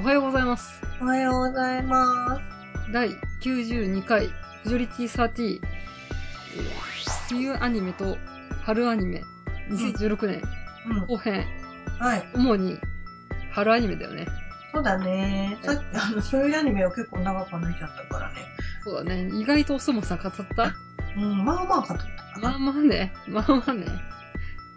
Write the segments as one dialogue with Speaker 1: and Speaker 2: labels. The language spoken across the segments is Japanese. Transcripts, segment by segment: Speaker 1: おはようございます。
Speaker 2: おはようございま
Speaker 1: 第92回、フジョリティ30。冬アニメと春アニメ、2016年
Speaker 2: す。うん。
Speaker 1: 後編、
Speaker 2: はい。
Speaker 1: 主に春アニメだよね。
Speaker 2: そうだね。さっき、あの、そういうアニメは結構長く話しちゃったからね。
Speaker 1: そうだね。意外とおそもさん語った
Speaker 2: うん、まあまあ語った
Speaker 1: まあ
Speaker 2: か
Speaker 1: まあね。まあまあね。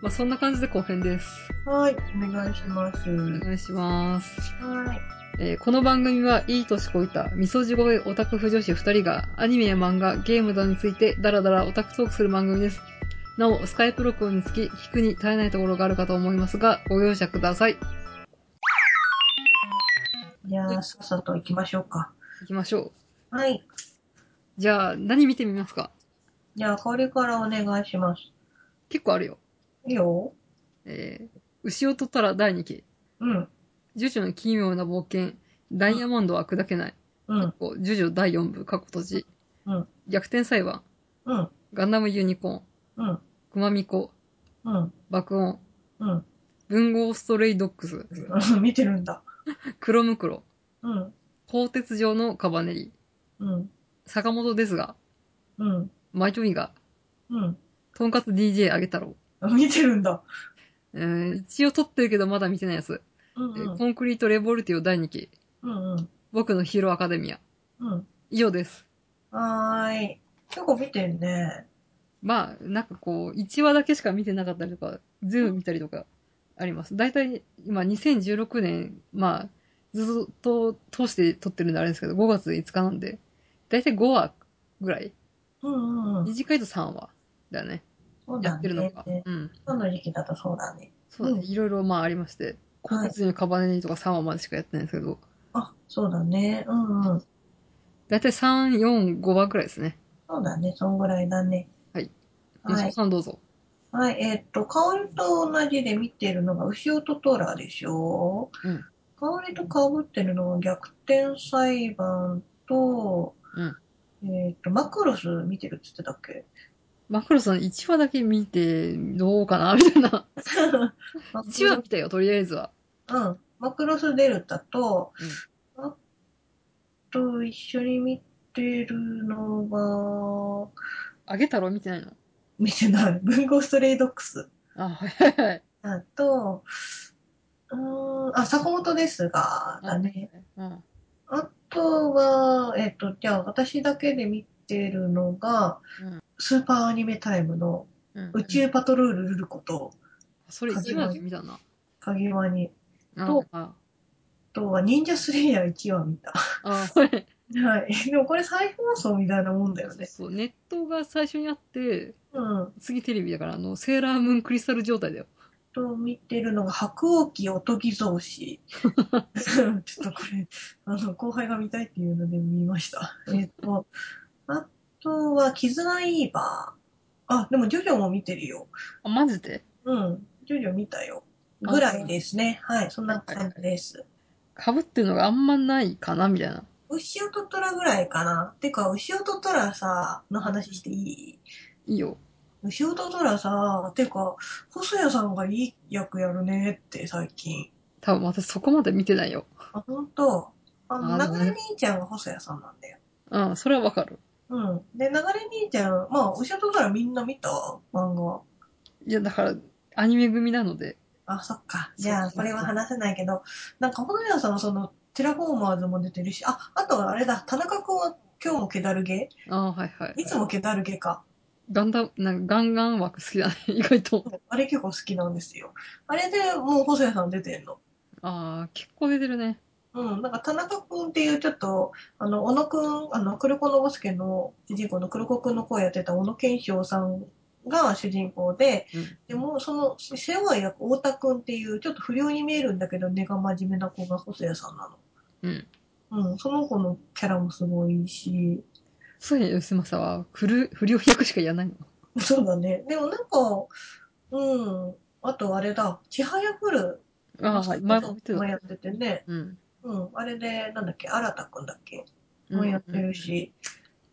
Speaker 1: まあそんな感じで後編です。
Speaker 2: な。はい。お願いします。
Speaker 1: お願いします。
Speaker 2: はい。
Speaker 1: えーこの番組はいい年こいた、みそじ声オタク婦女子二人がアニメや漫画、ゲームなどについてダラダラオタクトークする番組です。なお、スカイプ録音につき、聞くに耐えないところがあるかと思いますが、ご容赦ください。
Speaker 2: じゃあ、さっさと行きましょうか。
Speaker 1: 行きましょ
Speaker 2: はい。
Speaker 1: う。じゃあ、何見てみますか
Speaker 2: じゃあ、香りからお願いします。
Speaker 1: 結構あるよ。
Speaker 2: いいよ。
Speaker 1: えー、牛を取ったら第2期、
Speaker 2: うん。
Speaker 1: ジュジュの奇妙な冒険、ダイヤモンドは砕けない、
Speaker 2: うん。
Speaker 1: こうジュジュ第4部、過去閉じ、
Speaker 2: うん
Speaker 1: 逆転裁判、
Speaker 2: うん。
Speaker 1: ガンダムユニコーン、
Speaker 2: うん。
Speaker 1: クマミコ、
Speaker 2: うん。
Speaker 1: 爆音、
Speaker 2: うん。
Speaker 1: 文豪ストレイドックス、
Speaker 2: うん。 見てるんだ。
Speaker 1: 黒ムクロ、
Speaker 2: うん。
Speaker 1: 鋼鉄上のカバネリ、
Speaker 2: うん。
Speaker 1: 坂本ですが、
Speaker 2: うん。
Speaker 1: マイトミが、
Speaker 2: うん。
Speaker 1: とんかつ DJ あげ太郎。
Speaker 2: 見てるんだ。
Speaker 1: えー、一応撮ってるけどまだ見てないやつ。
Speaker 2: うん。
Speaker 1: え
Speaker 2: う
Speaker 1: ー
Speaker 2: ん。
Speaker 1: コンクリートレボルティオ第2期、
Speaker 2: うん。うん
Speaker 1: 僕のヒーローアカデミア。
Speaker 2: うん。
Speaker 1: 以上です。
Speaker 2: はーい。結構見てるね。
Speaker 1: まあ、なんかこう、1話だけしか見てなかったりとか、全部見たりとかあります。大体、今2016年、まあ、ずっと通して撮ってるんであれですけど、5月5日なんで、大体5話ぐらい。
Speaker 2: うんうんうん。
Speaker 1: 短いと3話だよね。
Speaker 2: そう
Speaker 1: や
Speaker 2: だ
Speaker 1: ってるのか。
Speaker 2: ね。
Speaker 1: うん。
Speaker 2: 今の時期だとそうだね。
Speaker 1: そうだね
Speaker 2: う
Speaker 1: いろいろまあありまして、高
Speaker 2: はい
Speaker 1: 卒のカバネリとか3話までしかやってないんですけど、
Speaker 2: あ、そうだね。うんうん。
Speaker 1: だいたい3、4、5話くらいですね。
Speaker 2: そうだね。そんぐらいだね。
Speaker 1: はい。
Speaker 2: は
Speaker 1: 息子
Speaker 2: い。
Speaker 1: さんどうぞ。
Speaker 2: はい。えーっと、香りと同じで見てるのが、牛音トラでしょ。
Speaker 1: うん
Speaker 2: 香りと被ってるのは逆転裁判と、
Speaker 1: うん
Speaker 2: えーっと、マクロス見てるって言ってたっけ
Speaker 1: マクロさん1話だけ見て、どうかなみたいな。
Speaker 2: マクロ
Speaker 1: 1話見たよ、とりあえずは。
Speaker 2: うん。マクロスデルタと、
Speaker 1: う
Speaker 2: あと一緒に見てるのが、
Speaker 1: あげ太郎見てないの
Speaker 2: 見てない。文豪ストレイドックス。
Speaker 1: あ、はいはいはい。
Speaker 2: あと、うーん、あ、坂本ですが、だね。
Speaker 1: うん。
Speaker 2: あとは、えっと、じゃあ私だけで見てるのが
Speaker 1: うん、
Speaker 2: スーパーアニメタイムの
Speaker 1: うん
Speaker 2: 宇宙パトロールルルコと、
Speaker 1: それ1話だけ見たな。
Speaker 2: 鍵ワニ、
Speaker 1: あ
Speaker 2: と
Speaker 1: あ、
Speaker 2: あとは忍者スレイヤー1話見た。
Speaker 1: あ、それ。
Speaker 2: はい。でもこれ再放送みたいなもんだよね。
Speaker 1: そう、ネットが最初にあって、
Speaker 2: うん。
Speaker 1: 次テレビだから、あの、セーラームーンクリスタル状態だよ。
Speaker 2: と見てるのが白鸚記おとぎ造 詞。うんちょっとこれ、あの、後輩が見たいっていうので見ました。えっと、あとは、絆イーバー。あ、でも、ジョジョも見てるよ。
Speaker 1: あ、マジで
Speaker 2: うん、ジョジョ見たよ。ぐらいですね。はい、そんな感じです。
Speaker 1: 被ってるのがあんまないかなみたいな。
Speaker 2: 牛音トラぐらいかな。てか、牛音トラさ、の話していい
Speaker 1: いいよ。
Speaker 2: 牛音トラさ、てか、細谷さんがいい役やるねって、最近。
Speaker 1: 多分私そこまで見てないよ。
Speaker 2: あ、ほんと。あ
Speaker 1: あ
Speaker 2: の、
Speaker 1: でも
Speaker 2: 流
Speaker 1: ね
Speaker 2: れ兄ちゃんが細谷さんなんだよ。
Speaker 1: うん、それはわかる。
Speaker 2: うん。で、流れ兄ちゃん、まあ、お仕事からみんな見た漫画。
Speaker 1: いや、だから、アニメ組なので、
Speaker 2: あ、そっか。じゃ
Speaker 1: そう
Speaker 2: あ、
Speaker 1: そうそう
Speaker 2: これは話せないけど、なんか、細谷さんはその、テラフォーマーズも出てるし、あ、あとはあれだ、田中君は今日もけだるげ
Speaker 1: ああ、はいはい
Speaker 2: い。つもけだるげか。
Speaker 1: ガンダム、なんかガンガン枠好きだね、 意外と。
Speaker 2: あれ結構好きなんですよ。あれでもう細谷さん出てんの。
Speaker 1: ああ、結構出てるね。
Speaker 2: うん、なんか田中君っていうちょっと、あの、小野君、あの、黒子のボスケの主人公の黒子君の声やってた小野賢章さんが主人公で、
Speaker 1: うん
Speaker 2: でも、その、世話役、太田くんっていう、ちょっと不良に見えるんだけど、根が真面目な子が細谷さんな
Speaker 1: うん。
Speaker 2: の。うん、その子のキャラもすごいし、
Speaker 1: そうや、吉正は、不良不良役しかやらないの。
Speaker 2: そうだね。でもなんか、うん、あとあれだ、千早来る。
Speaker 1: ああ、はい。前も見て
Speaker 2: も
Speaker 1: た。
Speaker 2: やっててね。
Speaker 1: うん。
Speaker 2: うん、あれで、なんだっけ、新田くんだっけ
Speaker 1: うん
Speaker 2: もやってる。し、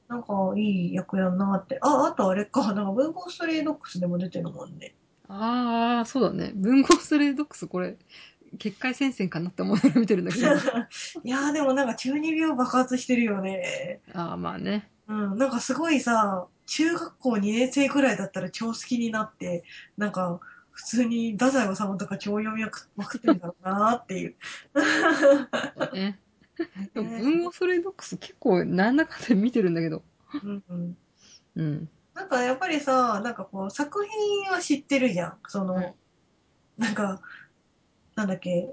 Speaker 2: なんかいい役やんなって。あ、あとあれか。なんか文豪ストレイドックスでも出てるもん ね。
Speaker 1: ああ、そうだね。文豪ストレイドックス、これ、結界戦線かなって思いながら見てるんだけ ど。
Speaker 2: いやーでもなんか中二病爆発してるよね。
Speaker 1: ああ、まあね。
Speaker 2: うん、なんかすごいさ、中学校2年生くらいだったら超好きになって、なんか普通に太宰治とか超読みま くまくってんだろうなーっていう。
Speaker 1: ねでも文
Speaker 2: ね
Speaker 1: 豪ストレイドックス結構なんだかんだ見てるんだけど。
Speaker 2: うんうん
Speaker 1: うん。
Speaker 2: なんかやっぱりさ、なんかこう作品は知ってるじゃん。その、
Speaker 1: うん
Speaker 2: なんか、なんだっけ、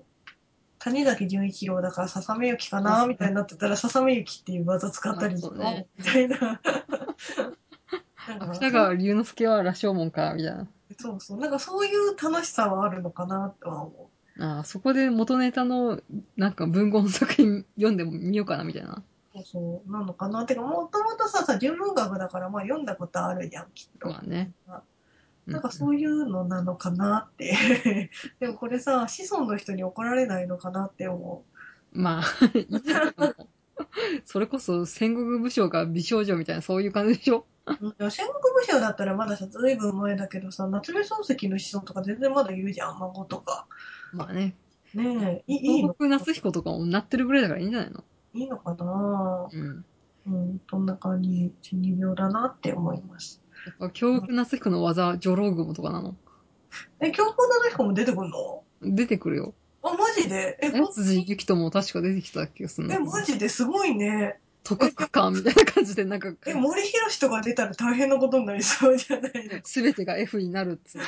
Speaker 2: 谷崎潤一郎だからささめゆきかな
Speaker 1: うん
Speaker 2: みたいになってたらささめゆきっていう技使ったりと
Speaker 1: あそ
Speaker 2: か、
Speaker 1: うね
Speaker 2: みたい な。なん
Speaker 1: 芥川龍之介は羅生門か、みたい
Speaker 2: そうそう。なんかそういう楽しさはあるのかなとは思
Speaker 1: な。ああ、そこで元ネタの、なんか文豪の作品読んでみようかな、みたいな。
Speaker 2: う。そうそう。なのかな。てか、もともとさ、さ、純文学だから、まあ読んだことあるじゃん、きっと。
Speaker 1: まあね。う
Speaker 2: なんかそういうのなのかなって。 でもこれさ、子孫の人に怒られないのかなって思
Speaker 1: まあ、 いいんだけどもそれこそ戦国武将が美少女みたいな、そういう感じでしょ
Speaker 2: う。でも戦国武将だったらまださ、ずいぶん前だけどさ、夏目漱石の子孫とか全然まだいるじゃん、孫とか。
Speaker 1: まあね。
Speaker 2: ねえ、いいいい
Speaker 1: 東
Speaker 2: の
Speaker 1: 北夏彦とかもなってるぐらいだからいいんじゃないの
Speaker 2: いいのかな
Speaker 1: うん。
Speaker 2: うん、そんな感じ、中二病だなって思います。
Speaker 1: やっぱ、京極夏彦の技は、ジョローグモとかなの
Speaker 2: え、教皇の彦も出てくんの
Speaker 1: 出てくるよ。
Speaker 2: あ、マジでえ、
Speaker 1: え
Speaker 2: ほん
Speaker 1: 辻ゆきとも確か出てきた気がする
Speaker 2: え、マジですごいね。
Speaker 1: 特区間みたいな感じで、なんか、
Speaker 2: え、森博氏とか出たら大変なことになりそうじゃないの
Speaker 1: すべてが F になるっつう。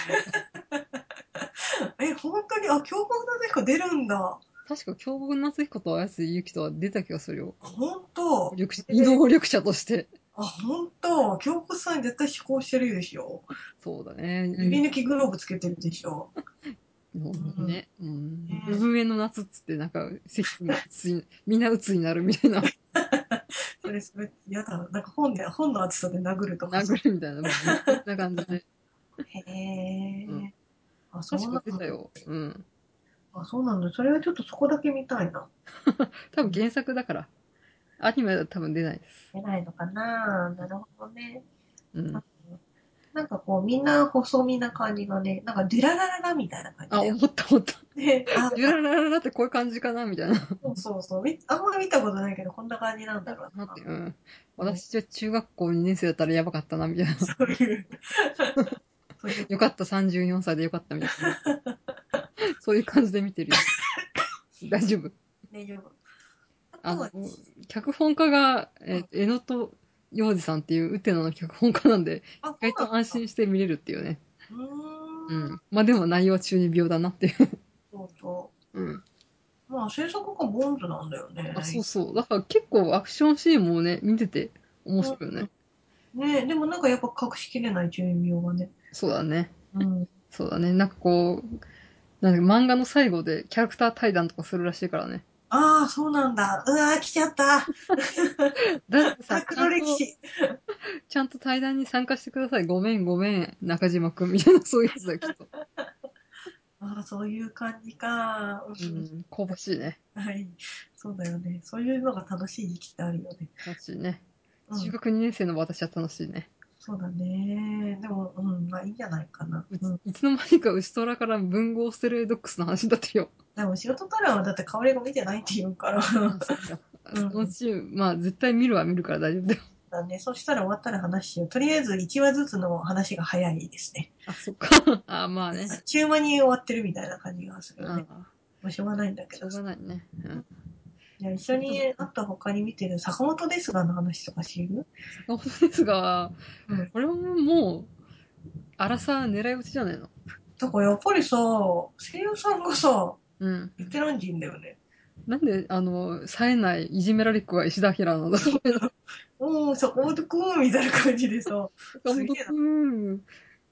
Speaker 2: え、本当に、あ、教皇の彦出るんだ。
Speaker 1: 確か京極夏彦と綾瀬ゆきとは出た気がするよ。
Speaker 2: 本当
Speaker 1: 力士移動力者として。
Speaker 2: あ、本当京子さん絶対試行してるでしょ
Speaker 1: そうだね。
Speaker 2: 指抜きグローブつけてるでしょ
Speaker 1: もうね、うん
Speaker 2: ね。
Speaker 1: 産上の夏っつって、なんか、関が鬱に、 みんな鬱になるみ たいな、
Speaker 2: それ、それ、やだ。なんか本で、本の厚さで殴るとか。
Speaker 1: 殴るみたいな、そんな感じで。
Speaker 2: へえ、
Speaker 1: うん
Speaker 2: あ、そう
Speaker 1: 確
Speaker 2: な
Speaker 1: か
Speaker 2: ん
Speaker 1: 出た
Speaker 2: だ。
Speaker 1: よ。うん。
Speaker 2: あ、そうなんだ。それはちょっとそこだけ見たいな。
Speaker 1: 多分原作だから。アニメは多分出ないです。
Speaker 2: 出ないのかななるほどね。
Speaker 1: うん。
Speaker 2: なんかこう、みんな細身な感じがね、なんかデュララララみたいな感じ
Speaker 1: あ、
Speaker 2: だよ
Speaker 1: 思った思った。
Speaker 2: ね。 あ、
Speaker 1: ゆららららってこういう感じかなみたいな。
Speaker 2: そうそうそう。みあんまり見たことないけど、こんな感じなんだろうな。
Speaker 1: うん。私じゃ中学校2年生だったらやばかったな、みたいな。
Speaker 2: そういう。そう いう
Speaker 1: よかった、34歳でよかった、みたい な。そういう感じで見てるよ。大丈夫。
Speaker 2: 大丈夫。あ
Speaker 1: あ
Speaker 2: とは
Speaker 1: の、脚本家が、えー、江野と洋二さんっていうウテナの脚本家なん で、
Speaker 2: あ、
Speaker 1: 意外と安心して見れるっていうね。
Speaker 2: そうなんだ。う
Speaker 1: う
Speaker 2: ーん。
Speaker 1: ん。まあでも内容は中二病だなっていう。
Speaker 2: そうそ
Speaker 1: うん。
Speaker 2: う。まあ、制作がボンズなんだよね。
Speaker 1: あ、そうそう。だから結構アクションシーンもね、見てて面白いよね。
Speaker 2: ねでもなんかやっぱ隠しきれない中二病がね。
Speaker 1: そうだね。
Speaker 2: うん。
Speaker 1: そうだね。なんかこう、なんか漫画の最後でキャラクター対談とかするらしいからね。
Speaker 2: ああ、そうなんだ。うわー、来ちゃった。
Speaker 1: だ ってさ、
Speaker 2: あ、
Speaker 1: ち
Speaker 2: 黒
Speaker 1: ゃん
Speaker 2: 歴
Speaker 1: と、
Speaker 2: 史。
Speaker 1: ちゃんと対談に参加してください。ごめんごめん、中島くんみたいな、そういうやつだけど。
Speaker 2: ああ、そういう感じか。う。
Speaker 1: うんん、香ばしいね。
Speaker 2: はい。そうだよね。そういうのが楽しい時期ってあるよね。
Speaker 1: 楽しいね。
Speaker 2: うん
Speaker 1: 中学2年生の私は楽しいね。
Speaker 2: そうだね。でも、うん、まあいいんじゃないかな。
Speaker 1: うち
Speaker 2: うん。
Speaker 1: いつの間にかウシトラから文豪ステレイドックスの話になってるよ。
Speaker 2: でも仕事からはだって香りが見てないって言うから。
Speaker 1: あそうか
Speaker 2: う
Speaker 1: そ
Speaker 2: ん
Speaker 1: のうち、まあ絶対見るは見るから大丈夫だよ。
Speaker 2: だね。そしたら終わったら話しよう。とりあえず1話ずつの話が早いですね。
Speaker 1: あ、そっか。 あ、まあね
Speaker 2: あ。っちゅう間に終わってるみたいな感じがするよ
Speaker 1: あ
Speaker 2: ね。もうしょうがないんだけ
Speaker 1: しょ
Speaker 2: ど。
Speaker 1: う
Speaker 2: じ
Speaker 1: がないね。うん。
Speaker 2: ゃあ一緒に、あと他に見てる坂本ですがの話とか知る
Speaker 1: 本当ですが、
Speaker 2: うん
Speaker 1: これももう、荒さ狙い撃ちじゃないの
Speaker 2: だからやっぱりさ、声優さんがさ、
Speaker 1: うん。
Speaker 2: ベテラン人だよね。
Speaker 1: なんで、あの、冴えないいじめられっ子が石田明なんだろう
Speaker 2: おー、坂本くんみたいな感じ でさ。
Speaker 1: 岡本くん、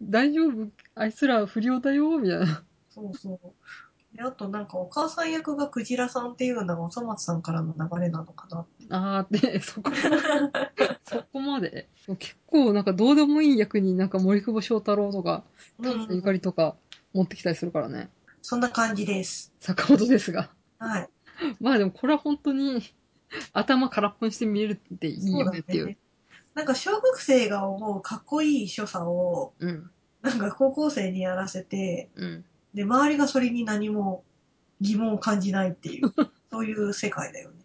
Speaker 1: 大丈夫あいつら不良だよみたいな。
Speaker 2: そうそう。で、あとなんかお母さん役がクジラさんっていうのがおそ松さんからの流れなのかな。
Speaker 1: あーって、 そこ、そこまで。結構なんかどうでもいい役になんか森久保祥太郎とか、
Speaker 2: うん、
Speaker 1: ゆかりとか持ってきたりするからね。
Speaker 2: そんな感じです。
Speaker 1: 坂本ですが。
Speaker 2: はい。
Speaker 1: まあでもこれは本当に頭空っぽにして見れるっていい
Speaker 2: そう
Speaker 1: よ
Speaker 2: だ
Speaker 1: ねっていう。
Speaker 2: ね。なんか小学生が思うかっこいい所作を、
Speaker 1: うん。
Speaker 2: なんか高校生にやらせて、
Speaker 1: うん。
Speaker 2: で、周りがそれに何も疑問を感じないっ ていう、そういう世界だよね。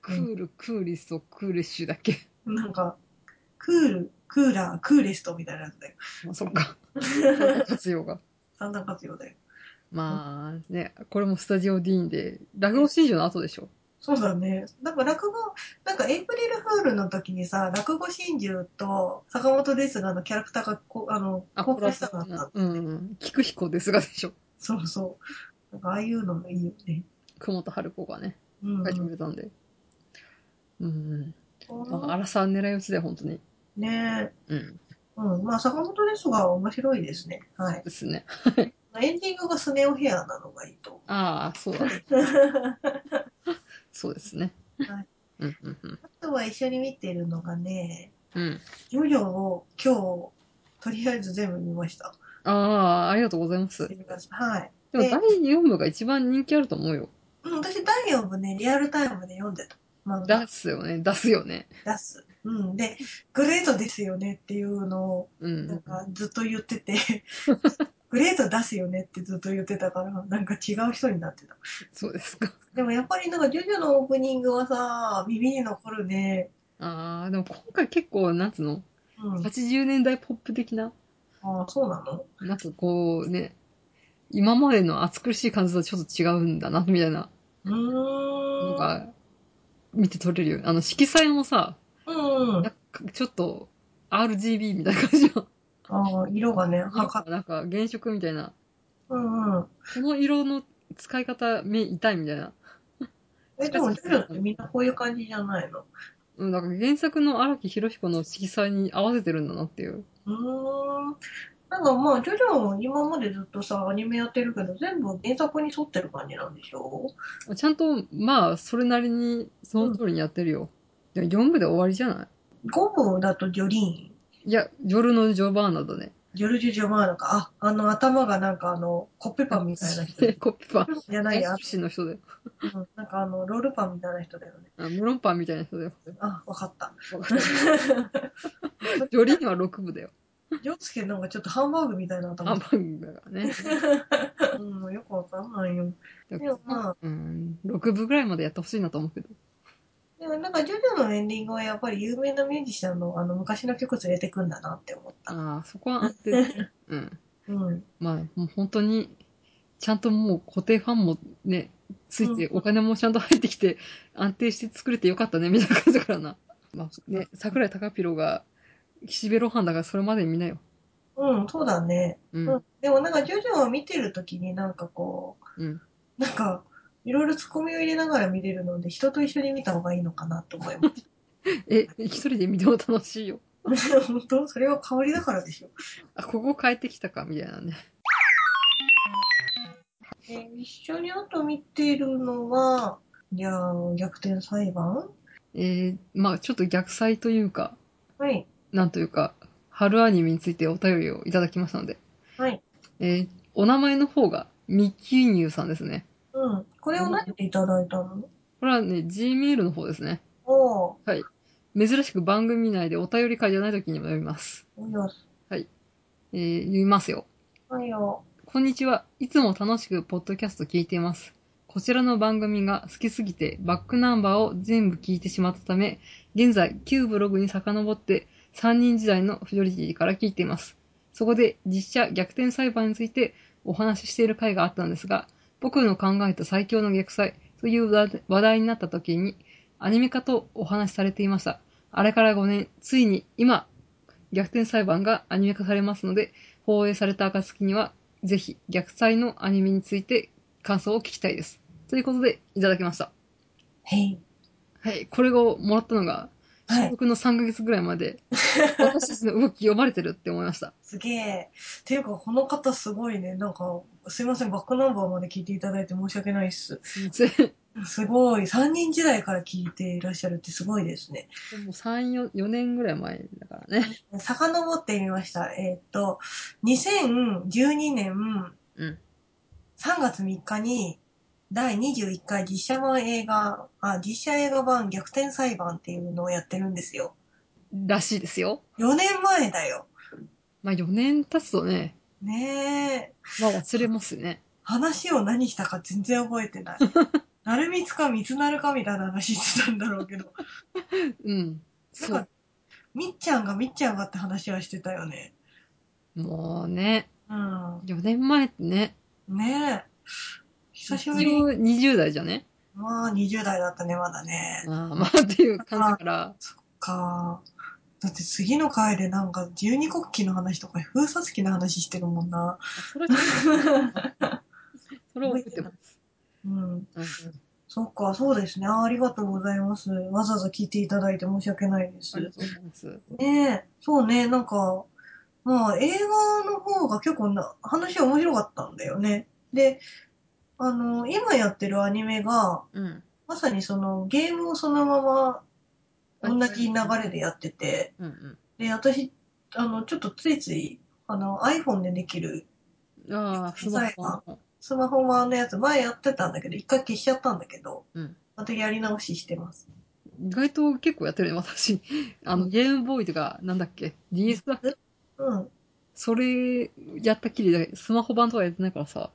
Speaker 1: クール、クーリスト、クーレッシュだっけ。
Speaker 2: なんか、クール、クーラー、クーレストみたいなやつだよ。
Speaker 1: まあ、そっ か。活用が。
Speaker 2: 三段活用だよ。
Speaker 1: まあ、ね、これもスタジオディーンで、落語真珠の後でしょ。
Speaker 2: そうだね。なんか落語、なんかエイプリルフールの時にさ、落語真珠と坂本ですがのキャラクターがこあの公開したかったんだよね
Speaker 1: うんうん。菊彦ですがでしょ。
Speaker 2: そうそう。なんかああいうのもいいよね。
Speaker 1: 熊本春子がね、
Speaker 2: うん、
Speaker 1: 書いてくれたんで。うん。まあ、荒さ狙い撃ちで、本当に。
Speaker 2: ねえ。
Speaker 1: うん。
Speaker 2: うん。まあ、坂本ですが面白いですね。はい。
Speaker 1: ですね。
Speaker 2: エンディングがスネオヘアなのがいい と。
Speaker 1: ああ、そうだね。そうですね。
Speaker 2: はい
Speaker 1: うんうんうん。
Speaker 2: あとは一緒に見てるのがね、
Speaker 1: うん。
Speaker 2: ジョジョを今日、とりあえず全部見ました。
Speaker 1: ああ、ありがとうございます。
Speaker 2: はい。
Speaker 1: でも第4部が一番人気あると思うよ。
Speaker 2: うん、私、第4部ね、リアルタイムで読んでた。まあ、
Speaker 1: 出すよね。出すよね。
Speaker 2: 出す。うん。で、グレートですよねっていうのを、
Speaker 1: う
Speaker 2: なん
Speaker 1: ん。
Speaker 2: かずっと言ってて、 グレート出すよねってずっと言ってたから、なんか違う人になってた。
Speaker 1: そうですか。
Speaker 2: でもやっぱりなんかジョジョのオープニングはさ、耳に残るね。
Speaker 1: ああ、でも今回結構、なんつうの、
Speaker 2: うん。
Speaker 1: 80年代ポップ的な、
Speaker 2: ああ、そうなの
Speaker 1: なんかこうね、今までの暑苦しい感じとはちょっと違うんだな、みたいな
Speaker 2: うー
Speaker 1: の
Speaker 2: ん。
Speaker 1: が、見て取れるよ。あの、色彩もさ、
Speaker 2: う
Speaker 1: な
Speaker 2: ん。
Speaker 1: んかちょっと RGB みたいな感じの、
Speaker 2: ああ、色がね、はか
Speaker 1: なんか原色みたいな、
Speaker 2: うんうん。
Speaker 1: この色の使い方、目痛いみたいな。
Speaker 2: え、でもジョジョってみんなこういう感じじゃないの
Speaker 1: うん、なんか原作の荒木博彦の色彩に合わせてるんだなっていう。
Speaker 2: うーん。なんかまあ、ジョジョも今までずっとさ、アニメやってるけど、全部原作に沿ってる感じなんでしょ
Speaker 1: ちゃんと、まあ、それなりに、その通りにやってるよ。でも4部で終わりじゃな
Speaker 2: ?5 部だとジョリーン。
Speaker 1: いいや、夜のジョバーナだね。
Speaker 2: ジョルジュ・ジョマーナか。あ、あの頭がなんかあの、コッペパンみたいな 人。
Speaker 1: コッペパン。
Speaker 2: じゃないや
Speaker 1: 女、子の人だよ。
Speaker 2: うんなんかあの、ロールパンみたいな人だよね。
Speaker 1: あメロンパンみたいな人だよ。
Speaker 2: あ、わか った。
Speaker 1: わかった ジョリーンは6部だよ。
Speaker 2: ジョウスケなんかちょっとハンバーグみたいな
Speaker 1: アン
Speaker 2: 頭。
Speaker 1: パンだから ね。
Speaker 2: うん、よくわかんないよ。
Speaker 1: で
Speaker 2: でもまあ、
Speaker 1: うん、6部ぐらいまでやってほしいなと思うけど。
Speaker 2: でもなんかジョジョのエンディングはやっぱり有名なミュージシャンのあの昔の曲連れてくんだなって思った。
Speaker 1: ああ、そこは安 定だね。うん。
Speaker 2: うん。
Speaker 1: まあ、もう本当に、ちゃんともう固定ファンもね、ついて、お金もちゃんと入ってきて、安定して作れてよかったね、みたいな感じだから な。まあね、桜井高弘が、岸辺露伴だからそれまでに見なよ。
Speaker 2: うん、そうだね。
Speaker 1: う
Speaker 2: うんん。。でもなんかジョジョを見てるときになんかこ
Speaker 1: うん。
Speaker 2: う、なんか、いろいろツッコミを入れながら見れるので、人と一緒に見た方がいいのかなと思います。
Speaker 1: え、一人で見ても楽しいよ。
Speaker 2: 本当それは香りだからでしょ。
Speaker 1: あ、ここ変えてきたか、みたいなね。
Speaker 2: え一緒にあと見てるのは、いやー、逆転裁判
Speaker 1: えー、まあちょっと逆祭というか、
Speaker 2: はい。
Speaker 1: なんというか、春アニメについてお便りをいただきましたので、
Speaker 2: はい。
Speaker 1: えー、お名前の方が、ミッキーニューさんですね。
Speaker 2: うん。これを何でいただいたの
Speaker 1: これはね、Gmail の方ですね。
Speaker 2: おー、
Speaker 1: 珍しく番組内でお便り会じゃない時にも読みます。
Speaker 2: およす。
Speaker 1: えー、読みますよ。
Speaker 2: はいよ。
Speaker 1: こんにちは。いつも楽しくポッドキャスト聞いています。こちらの番組が好きすぎてバックナンバーを全部聞いてしまったため、現在旧ブログに遡って3人時代のフジョリティから聞いています。そこで実写逆転裁判についてお話ししている回があったんですが、僕の考えた最強の逆裁という話題になった時にアニメ化とお話しされていました。あれから5年、ついに今、逆転裁判がアニメ化されますので、放映された暁にはぜひ、逆祭のアニメについて感想を聞きたいです。ということで、いただきました。
Speaker 2: へい。
Speaker 1: はい、これをもらったのが、
Speaker 2: はい。
Speaker 1: 僕の3ヶ月ぐらいま で、私たちの動き読まれてるって思いました。
Speaker 2: すげえ。ていうか、この方すごいね。なんか、すいません、バックナンバーまで聞いていただいて申し訳ないっす。
Speaker 1: すいません。も
Speaker 2: すごい。3人時代から聞いていらっしゃるってすごいですね。
Speaker 1: う3、4, 4年ぐらい前だからね。
Speaker 2: 遡ってみました。えーっと、2012年
Speaker 1: うん。
Speaker 2: 3月3日に、第21回実写版映画、あ、実写映画版逆転裁判っていうのをやってるんですよ。
Speaker 1: らしいですよ。
Speaker 2: 4年前だよ。
Speaker 1: まあ4年経つとね、
Speaker 2: ねえ。
Speaker 1: まあ忘れますね。
Speaker 2: 話を何したか全然覚え てない。なるみつかみつなるかみたいな話してたんだろうけど。
Speaker 1: うん。
Speaker 2: なん
Speaker 1: そ
Speaker 2: か
Speaker 1: う。、
Speaker 2: みっちゃんがみっちゃんがって話はしてたよね。
Speaker 1: もうね、
Speaker 2: うん。
Speaker 1: 4年前ってね、
Speaker 2: ねえ。久し
Speaker 1: 一
Speaker 2: ぶ
Speaker 1: 応
Speaker 2: りに。
Speaker 1: 20代じゃね
Speaker 2: まあ、20代だったね、まだね。
Speaker 1: ああ、まあっていう感じから、
Speaker 2: か。だって次の回でなんか十二国旗の話とか封鎖式の話してるも んな。
Speaker 1: それはちょっと、それは覚えてます。
Speaker 2: うん。
Speaker 1: うん
Speaker 2: そっか、そうですね。あありがとうございます。わざわざ聞いていただいて申し訳ないで
Speaker 1: ありが
Speaker 2: す。
Speaker 1: とうございます。
Speaker 2: ねえ、そうね、なんか、まあ映画の方が結構な、話面白かったんだよね。で、あの、今やってるアニメが、
Speaker 1: うん。
Speaker 2: まさにそのゲームをそのまま同じ流れでやってて、
Speaker 1: うんうん。
Speaker 2: で、私、あの、ちょっとついつい、あの、iPhone でできる
Speaker 1: ああ、スマホの。
Speaker 2: スマホ版のやつ前やってたんだけど、一回消しちゃったんだけど、
Speaker 1: うん
Speaker 2: またやり直ししてます。
Speaker 1: 意外と結構やってるね、私。あの、ゲームボーイとか、なんだっけ ?DS だっけ
Speaker 2: うん。い
Speaker 1: それ、やったきりで、スマホ版とかやってないからさ。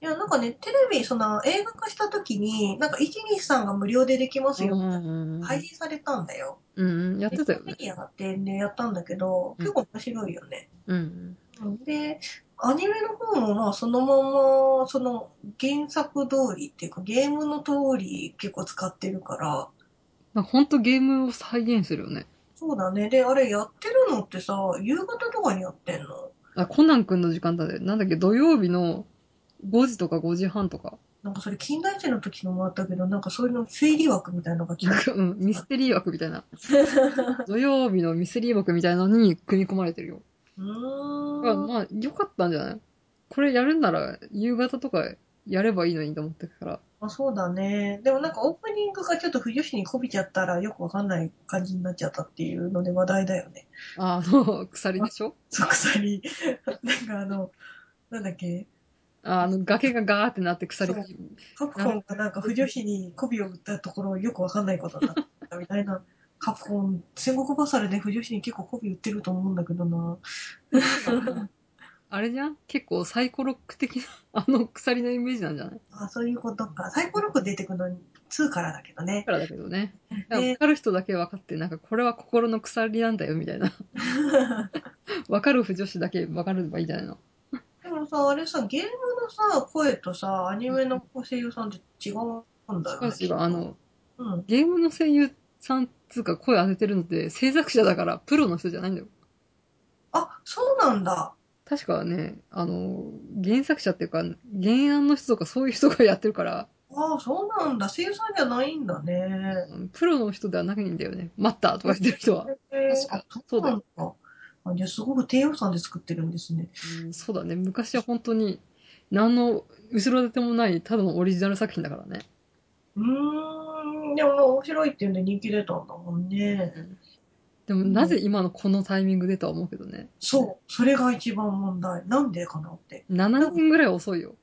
Speaker 2: や、なんかね、テレビ、その映画化した時に、なんか123が無料でできますよ、みたいな。
Speaker 1: ん
Speaker 2: 配信されたんだよ。
Speaker 1: うんうん、やってたよね。
Speaker 2: でやってね、やったんだけど、
Speaker 1: うん
Speaker 2: 結構面白いよね。
Speaker 1: うん
Speaker 2: で、アニメの方もまあそのまま、その原作通りっていうかゲームの通り結構使ってるから、
Speaker 1: うん。ほんとゲームを再現するよね。
Speaker 2: そうだね。で、あれやってるのってさ、夕方とかにやってんの
Speaker 1: あ、コナン君の時間だね。なんだっけ、土曜日の5時とか5時半とか。
Speaker 2: なんかそれ近代史の時のもあったけど、なんかそういうの推理枠みたいなのが来
Speaker 1: な
Speaker 2: た
Speaker 1: ん。か、うん、ミステリー枠みたい な。土曜日のミステリー枠みたいなのに組み込まれてるよ。
Speaker 2: う
Speaker 1: だから
Speaker 2: ーん。
Speaker 1: まあ、良かったんじゃないこれやるんなら、夕方とかやればいいのにと思ってるから。
Speaker 2: あ、そうだね。でもなんかオープニングがちょっと不女子にこびちゃったらよくわかんない感じになっちゃったっていうので話題だよね。
Speaker 1: あの、鎖でしょ
Speaker 2: そう、鎖。なんかあの、なんだっけ
Speaker 1: ああの、崖がガーってなって鎖
Speaker 2: そうカプコンがなんか不女子にこびを打ったところをよくわかんないことになったみた いな。カプコン、戦国バサルで不女子に結構こび売ってると思うんだけどな。
Speaker 1: あれじゃん結構サイコロック的な、あの鎖のイメージなんじゃない
Speaker 2: あ、そういうことか。サイコロく出てくるの2からだけどね
Speaker 1: だ。からだけどね。
Speaker 2: ね
Speaker 1: 分かる人だけ分かって、なんかこれは心の鎖なんだよみたいな。分かる不女子だけ分かればいいんじゃないの
Speaker 2: でもさ、あれさ、ゲームのさ、声とさ、アニメの声優さんって違うんだよね。
Speaker 1: 私があの、
Speaker 2: うん。
Speaker 1: ゲームの声優さんつうか声当ててるのって制作者だからプロの人じゃないんだよ。
Speaker 2: あ、そうなんだ。
Speaker 1: 確かね、あの、原作者っていうか、原案の人とかそういう人がやってるから、
Speaker 2: ああ、そうなんだ。声優さんじゃないんだね。
Speaker 1: プロの人ではないんだよね。待ったとか言ってる人は。
Speaker 2: え
Speaker 1: 確か
Speaker 2: そうなんだ。あじゃあすごく低予算で作ってるんですね。
Speaker 1: うんそうだね。昔は本当に、何の後ろ盾もない、ただのオリジナル作品だからね。
Speaker 2: うーん、でもまあ面白いっていうんで人気出たんだもんね。
Speaker 1: でも、なぜ今のこのタイミングでとは思うけどね。
Speaker 2: そう、それが一番問題。なんでかなって。
Speaker 1: 7年ぐらい遅いよ。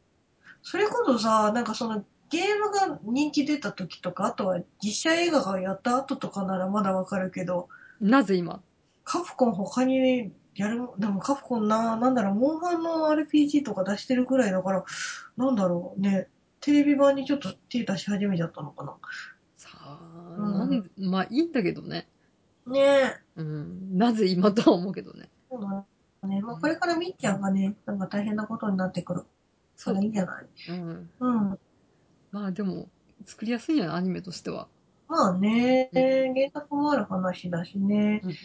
Speaker 2: それこそさ、なんかそのゲームが人気出た時とか、あとは実写映画がやった後とかならまだわかるけど、
Speaker 1: なぜ今
Speaker 2: カプコン他にやる、でもカプコンな、なんだろう、モンハンの RPG とか出してるくらいだから、なんだろうね、テレビ版にちょっと手出し始めちゃったのかな。
Speaker 1: さあ、
Speaker 2: うん
Speaker 1: なんでまあいいんだけどね。
Speaker 2: ねえ。
Speaker 1: うん。なぜ今とは思うけどね。
Speaker 2: そうだね。まあ、これからみっちゃんがね、なんか大変なことになってくる。そ
Speaker 1: そう
Speaker 2: れいいんじゃない
Speaker 1: うん。
Speaker 2: うん。
Speaker 1: まあでも、作りやすいんじゃないアニメとしては。
Speaker 2: まあね、
Speaker 1: う
Speaker 2: 原作もある話だしね。
Speaker 1: うん。
Speaker 2: で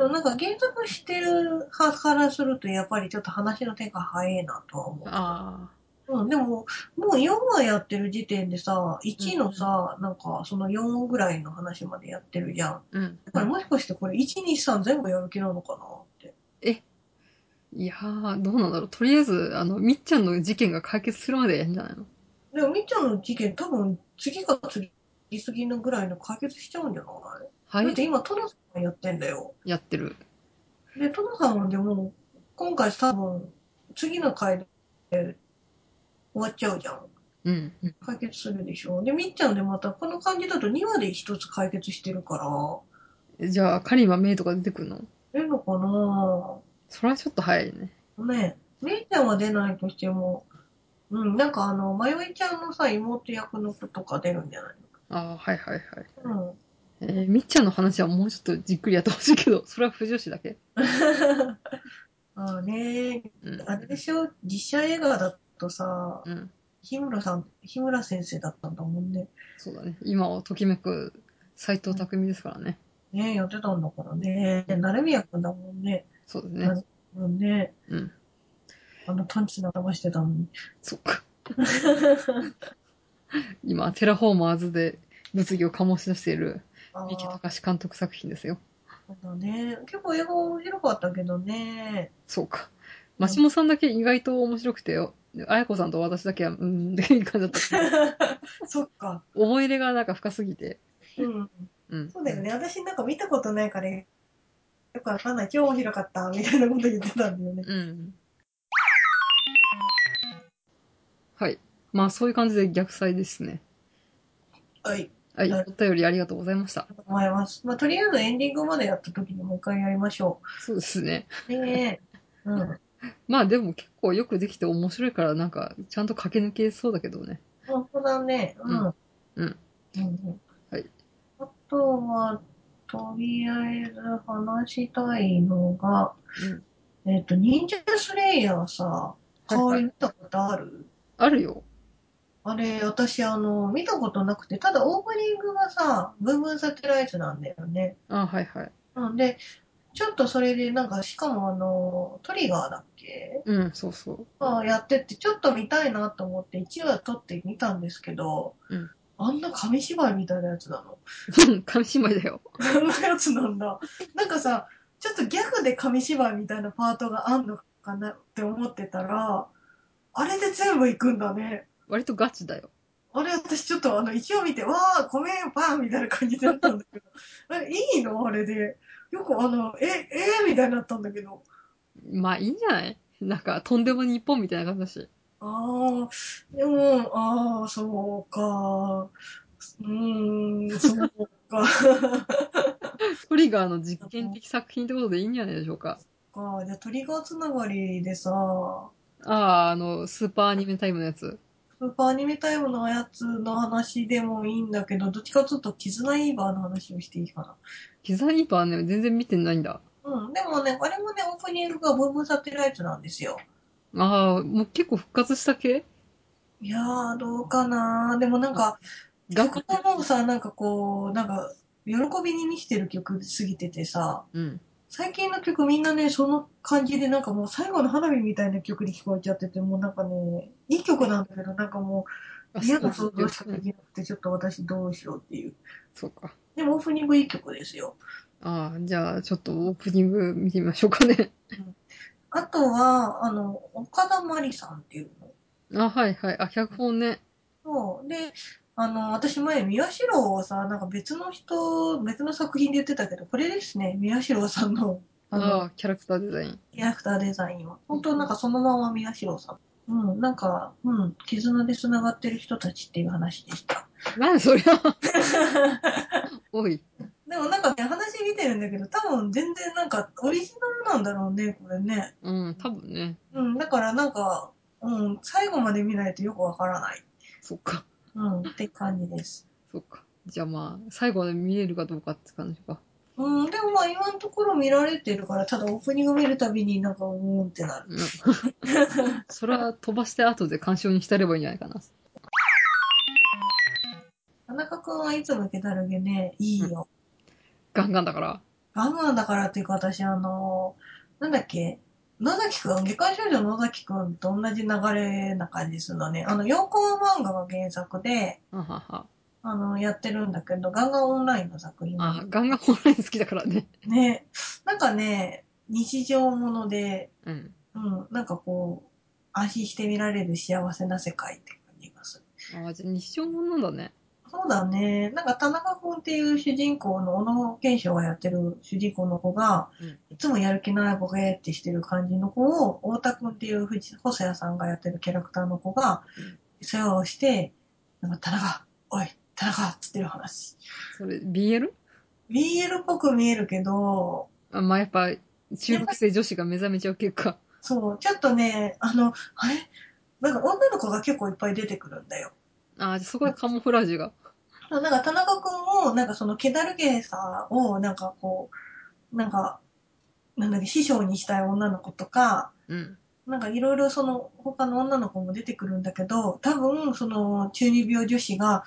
Speaker 2: もなんか原作してる派からすると、やっぱりちょっと話の手が早いなとは思う。
Speaker 1: あ
Speaker 2: うん、でも、もう4話やってる時点でさ、1のさ、なんかその4ぐらいの話までやってるじゃん。
Speaker 1: あ。うん。
Speaker 2: だからもしかしてこれ1、2、3全部やる気なのかなって。
Speaker 1: いやー、どうなんだろう。とりあえず、あの、みっちゃんの事件が解決するまでやんじゃないの
Speaker 2: でもみっちゃんの事件多分次か次、次のぐらいの解決しちゃうんじゃない
Speaker 1: は
Speaker 2: だって
Speaker 1: い。
Speaker 2: 今、トナさんがやってんだよ。
Speaker 1: やってる。
Speaker 2: で、トナさんはでも、今回多分、次の回で終わっちゃうじゃん。
Speaker 1: うん。
Speaker 2: 解決するでしょ。で、みっちゃんでまた、この感じだと2話で一つ解決してるから、
Speaker 1: じゃあ、カリマメイとか出てくるの
Speaker 2: 出るのかな
Speaker 1: それはちょっと早いね。
Speaker 2: ねえ、メイちゃんは出ないとしても、うん、なんかあの、まよいちゃんのさ、妹役の子とか出るんじゃない
Speaker 1: ああ、はいはいはい。
Speaker 2: の
Speaker 1: えー、みっちゃんの話はもうちょっとじっくりやってほしいけど、 それは不女子だけ。
Speaker 2: うん。ああね
Speaker 1: うん。
Speaker 2: あれでしょ、実写映画だとさ、
Speaker 1: うん。
Speaker 2: 日村さん、日村先生だったんだもんね。
Speaker 1: そうだね。今をときめく斎藤匠ですからね。
Speaker 2: ねえ、やってたんだからね。成宮くんだもんね。
Speaker 1: そうですね。
Speaker 2: うんね。
Speaker 1: うん。
Speaker 2: あの、トンチな騙してたのに。
Speaker 1: そっか。 今、テラフォーマーズで物議を醸し出している
Speaker 2: あ
Speaker 1: 三木
Speaker 2: あ、
Speaker 1: 隆監督作品ですよ。
Speaker 2: そうだね。結構映画面白かったけどね。
Speaker 1: そうか。マシモさんだけ意外と面白くてよ。あやこさんと私だけは、うーん、っていう感じだった。
Speaker 2: そっか。
Speaker 1: 思い入れがなんか深すぎて。
Speaker 2: うん。
Speaker 1: うん。
Speaker 2: そうだよね。私なんか見たことないから、よくわかんない。今日面白かった。みたいなこと言ってたんだよね。
Speaker 1: うん。はい。まあ、そういう感じで逆祭ですね。
Speaker 2: はい。
Speaker 1: はい。
Speaker 2: はい
Speaker 1: お便りありがとうございました
Speaker 2: あ。りがとうございます。まあ、とりあえずエンディングまでやった時にもう一回やりましょ
Speaker 1: そうですね。
Speaker 2: う。ねえ。うん。
Speaker 1: まあ、でも結構よくできて面白いから、なんか、ちゃんと駆け抜けそうだけどね。
Speaker 2: 本当だね。うん。
Speaker 1: うんうん
Speaker 2: うん
Speaker 1: はい。
Speaker 2: あとは、とりあえず話したいのが、
Speaker 1: うん。
Speaker 2: えっ、と、忍者スレイヤーさ、
Speaker 1: はいは
Speaker 2: 香
Speaker 1: い
Speaker 2: り見たことある
Speaker 1: あるよ。
Speaker 2: あれ、私、あの、見たことなくて、ただオープニングがさ、ブームーサテライトなんだよね。
Speaker 1: あはいはい。
Speaker 2: なんで、ちょっとそれで、なんか、しかもあの、トリガーだっけ
Speaker 1: うん、そうそう。
Speaker 2: まあ、やってって、ちょっと見たいなと思って、1話撮ってみたんですけど、
Speaker 1: うん
Speaker 2: あんな紙芝居みたいなやつなの
Speaker 1: 紙芝居だよ。
Speaker 2: あんなやつなんだ。なんかさ、ちょっとギャグで紙芝居みたいなパートがあんのかなって思ってたら、あれで全部行くんだね。
Speaker 1: 割とガチだよ。
Speaker 2: あれ、私ちょっとあの、一応見て、わー、ごめん、バーンみたいな感じだったんだけど、 あれいいのあれで。よくあの、え、えー、みたいになったんだけど、
Speaker 1: まあ、いいんじゃないなんか、とんでも日本みたいな感じだし。
Speaker 2: ああ、でも、ああ、そうか。うーん、そうか。
Speaker 1: トリガーの実験的作品ってことでいいんじゃないでしょうか。
Speaker 2: かじゃあ、トリガーつながりでさ、
Speaker 1: ああ、あの、スーパーアニメタイムのやつ。
Speaker 2: スーパーアニメタイムのやつの話でもいいんだけど、どっちかちょっと絆イーバーの話をしていいかな。
Speaker 1: キザニーパーね、全然見てないんだ。
Speaker 2: うん、でもね、あれもね、オープニングがブームサテライトなんですよ。
Speaker 1: ああ、もう結構復活した系
Speaker 2: いやー、どうかなでもなんか、
Speaker 1: 学
Speaker 2: 曲もさ、なんかこう、なんか、喜びに満ちてる曲すぎててさ、
Speaker 1: うん。
Speaker 2: 最近の曲みんなね、その感じでなんかもう最後の花火みたいな曲に聞こえちゃってて、もうなんかね、いい曲なんだけど、なんかもう嫌な想像しかできなくて、ちょっと私どうしようっていう。
Speaker 1: そうか。
Speaker 2: でもオープニングいい曲ですよ。
Speaker 1: ああ、じゃあ、ちょっとオープニング見てみましょうかね。
Speaker 2: あとは、あの、岡田まりさんっていうの
Speaker 1: あはいはい。あ、脚本ね。
Speaker 2: そう。で、あの、私前、宮代をさ、なんか別の人、別の作品で言ってたけど、これですね、宮代さんの、あの、
Speaker 1: ああ、キャラクターデザイン。
Speaker 2: キャラクターデザインは。本当なんかそのまま宮代さん。うん、なんか、うん、絆で繋がってる人たちっていう話でした。
Speaker 1: なんでそりゃ。 おい。
Speaker 2: でもなんかね、話見てるんだけど、多分全然なんかオリジナルなんだろうね、これね。
Speaker 1: うん、多分ね。
Speaker 2: うん、だからなんか、うん、最後まで見ないとよくわからない。
Speaker 1: そっか。
Speaker 2: うん、って感じです。
Speaker 1: そっか。じゃあまあ、最後まで見れるかどうかって感じか。
Speaker 2: うん、でもまあ今のところ見られてるから、ただオープニング見るたびになんか、うーんってなる。
Speaker 1: うん。それは飛ばして後で鑑賞に浸ればいいんじゃないかな。
Speaker 2: 田中くんはいつもけだるげね、いいよ。
Speaker 1: ガンガンだから。
Speaker 2: ガンガンだからっていうか、私、あのーなんだっけ、野崎くん、下界少女野崎くんと同じ流れな感じするのね。あの、洋行漫画が原作で、
Speaker 1: あはは。
Speaker 2: あの、やってるんだけど、ガンガンオンラインの作品な
Speaker 1: あ
Speaker 2: の
Speaker 1: ガンガンオンライン好きだからね。
Speaker 2: ね。なんかね、日常もので、
Speaker 1: うん。
Speaker 2: うん、なんかこう、安心して見られる幸せな世界って感じがする。
Speaker 1: ああ、じゃあ日常ものなんだね。
Speaker 2: そうだね。なんか田中君っていう主人公の小野賢章がやってる主人公の子が、
Speaker 1: うん
Speaker 2: いつもやる気ないボケーってしてる感じの子を、太田君っていう藤細谷さんがやってるキャラクターの子が
Speaker 1: うん、
Speaker 2: 世話をして、なんか田中、おい、田中っつってる話。
Speaker 1: それ、BL?
Speaker 2: BL っぽく見えるけど、
Speaker 1: あまあやっぱ、中学生女子が目覚めちゃう結果。
Speaker 2: そう、ちょっとね、あの、あれなんか女の子が結構いっぱい出てくるんだよ。
Speaker 1: ああ、そこはカモフラージュが。
Speaker 2: なんか田中くんも、なんかその気だるげさを、なんかこう、なんか、なんだっけ、師匠にしたい女の子とか、
Speaker 1: うん。
Speaker 2: なんかいろいろその他の女の子も出てくるんだけど、多分その中二病女子が、あれ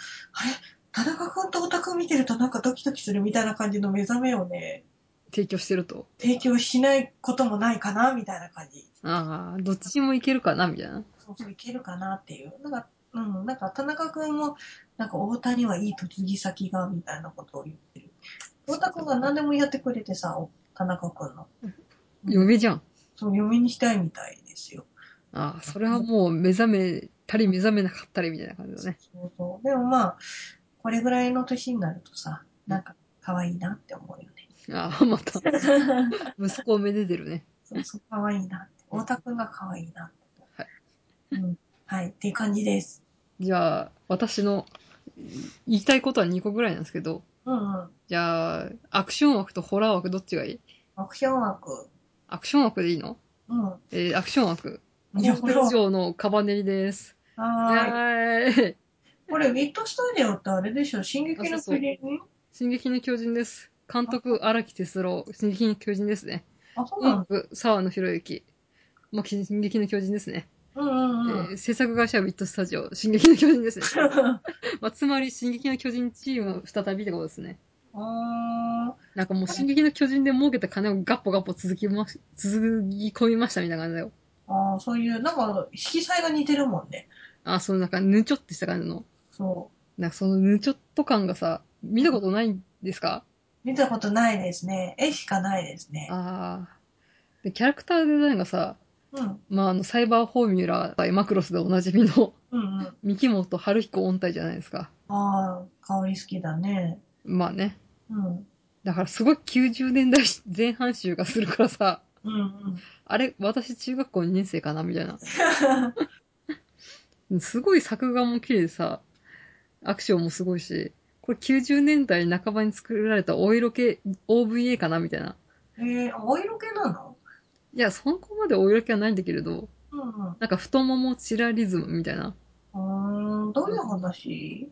Speaker 2: 田中くんとオタク見てるとなんかドキドキするみたいな感じの目覚めをね、
Speaker 1: 提供してると。
Speaker 2: 提供しないこともないかな、みたいな感じ。
Speaker 1: ああ、どっちもいけるかな、みたいな。
Speaker 2: そうそういけるかなっていう。なんか、うん、なんか田中くんも、なんか太田にはいい嫁ぎ先が、みたいなことを言ってる。太田くんが何でもやってくれてさ、田中くんの。
Speaker 1: 嫁じゃん。
Speaker 2: そう、嫁にしたいみたいですよ。
Speaker 1: ああ、それはもう目覚めたり目覚めなかったりみたいな感じだね。
Speaker 2: そうそう。でもまあ、これぐらいの年になるとさ、なんか可愛いなって思うよ ね。
Speaker 1: ああ、また、息子をめでてるね。
Speaker 2: そうそう、可愛いなって。太田くんが可愛いな
Speaker 1: は
Speaker 2: って。はい。うん。はい、っていう感じです。
Speaker 1: じゃあ、私の言いたいことは2個ぐらいなんですけど、
Speaker 2: うんうん。
Speaker 1: じゃあ、アクション枠とホラー枠どっちがいい
Speaker 2: 目標枠。
Speaker 1: アクション枠でいいの
Speaker 2: うん。
Speaker 1: えー、アクション枠。
Speaker 2: じゃあこれは
Speaker 1: 工場のカバネリです。
Speaker 2: はーい。
Speaker 1: はーい。
Speaker 2: これ、ウィットスタジオってあれでしょ進撃の
Speaker 1: あそうそう
Speaker 2: 巨人
Speaker 1: 進撃の巨人です。監督、荒木哲郎。進撃の巨人ですね。
Speaker 2: あ、そうな
Speaker 1: 音
Speaker 2: の
Speaker 1: 楽、沢野博之。まあ、進撃の巨人ですね。
Speaker 2: うんうんう
Speaker 1: え
Speaker 2: ん。
Speaker 1: ー制作会社はビットスタジオ、進撃の巨人ですね。まあ、つまり、進撃の巨人チーム再びってことですね。
Speaker 2: あ
Speaker 1: なんかもう、進撃の巨人で儲けた金をガッポガッポ続きまし、続き込みましたみたいな感じだよ。
Speaker 2: ーあー、そういう、なんか、色彩が似てるもんね。
Speaker 1: あ、そのなんか、ぬちょってした感じの。
Speaker 2: そ
Speaker 1: なんかそのぬちょっと感がさ、見たことないんですか
Speaker 2: う。見たことないですね。絵しかないですね。
Speaker 1: ああ。で、キャラクターデザインがさ、
Speaker 2: うん。
Speaker 1: まあ、あの、サイバーフォーミュラー、エマクロスでおなじみの、
Speaker 2: うんうん。
Speaker 1: 三木本春彦音体じゃないですか。
Speaker 2: ああ、香り好きだね。
Speaker 1: まあね。
Speaker 2: うん。
Speaker 1: だからすごい90年代前半集がするからさ、
Speaker 2: うんうん。
Speaker 1: あれ、私中学校2年生かなみたいな。 すごい作画も綺麗でさ、アクションもすごいし、これ90年代半ばに作られたお色系、OVA かなみたいな。
Speaker 2: えー、青色系なの
Speaker 1: いや、そこまでお色気はないんだけれど、
Speaker 2: うん
Speaker 1: なんか太ももチラリズムみたいな。
Speaker 2: うん。うーん、どういう話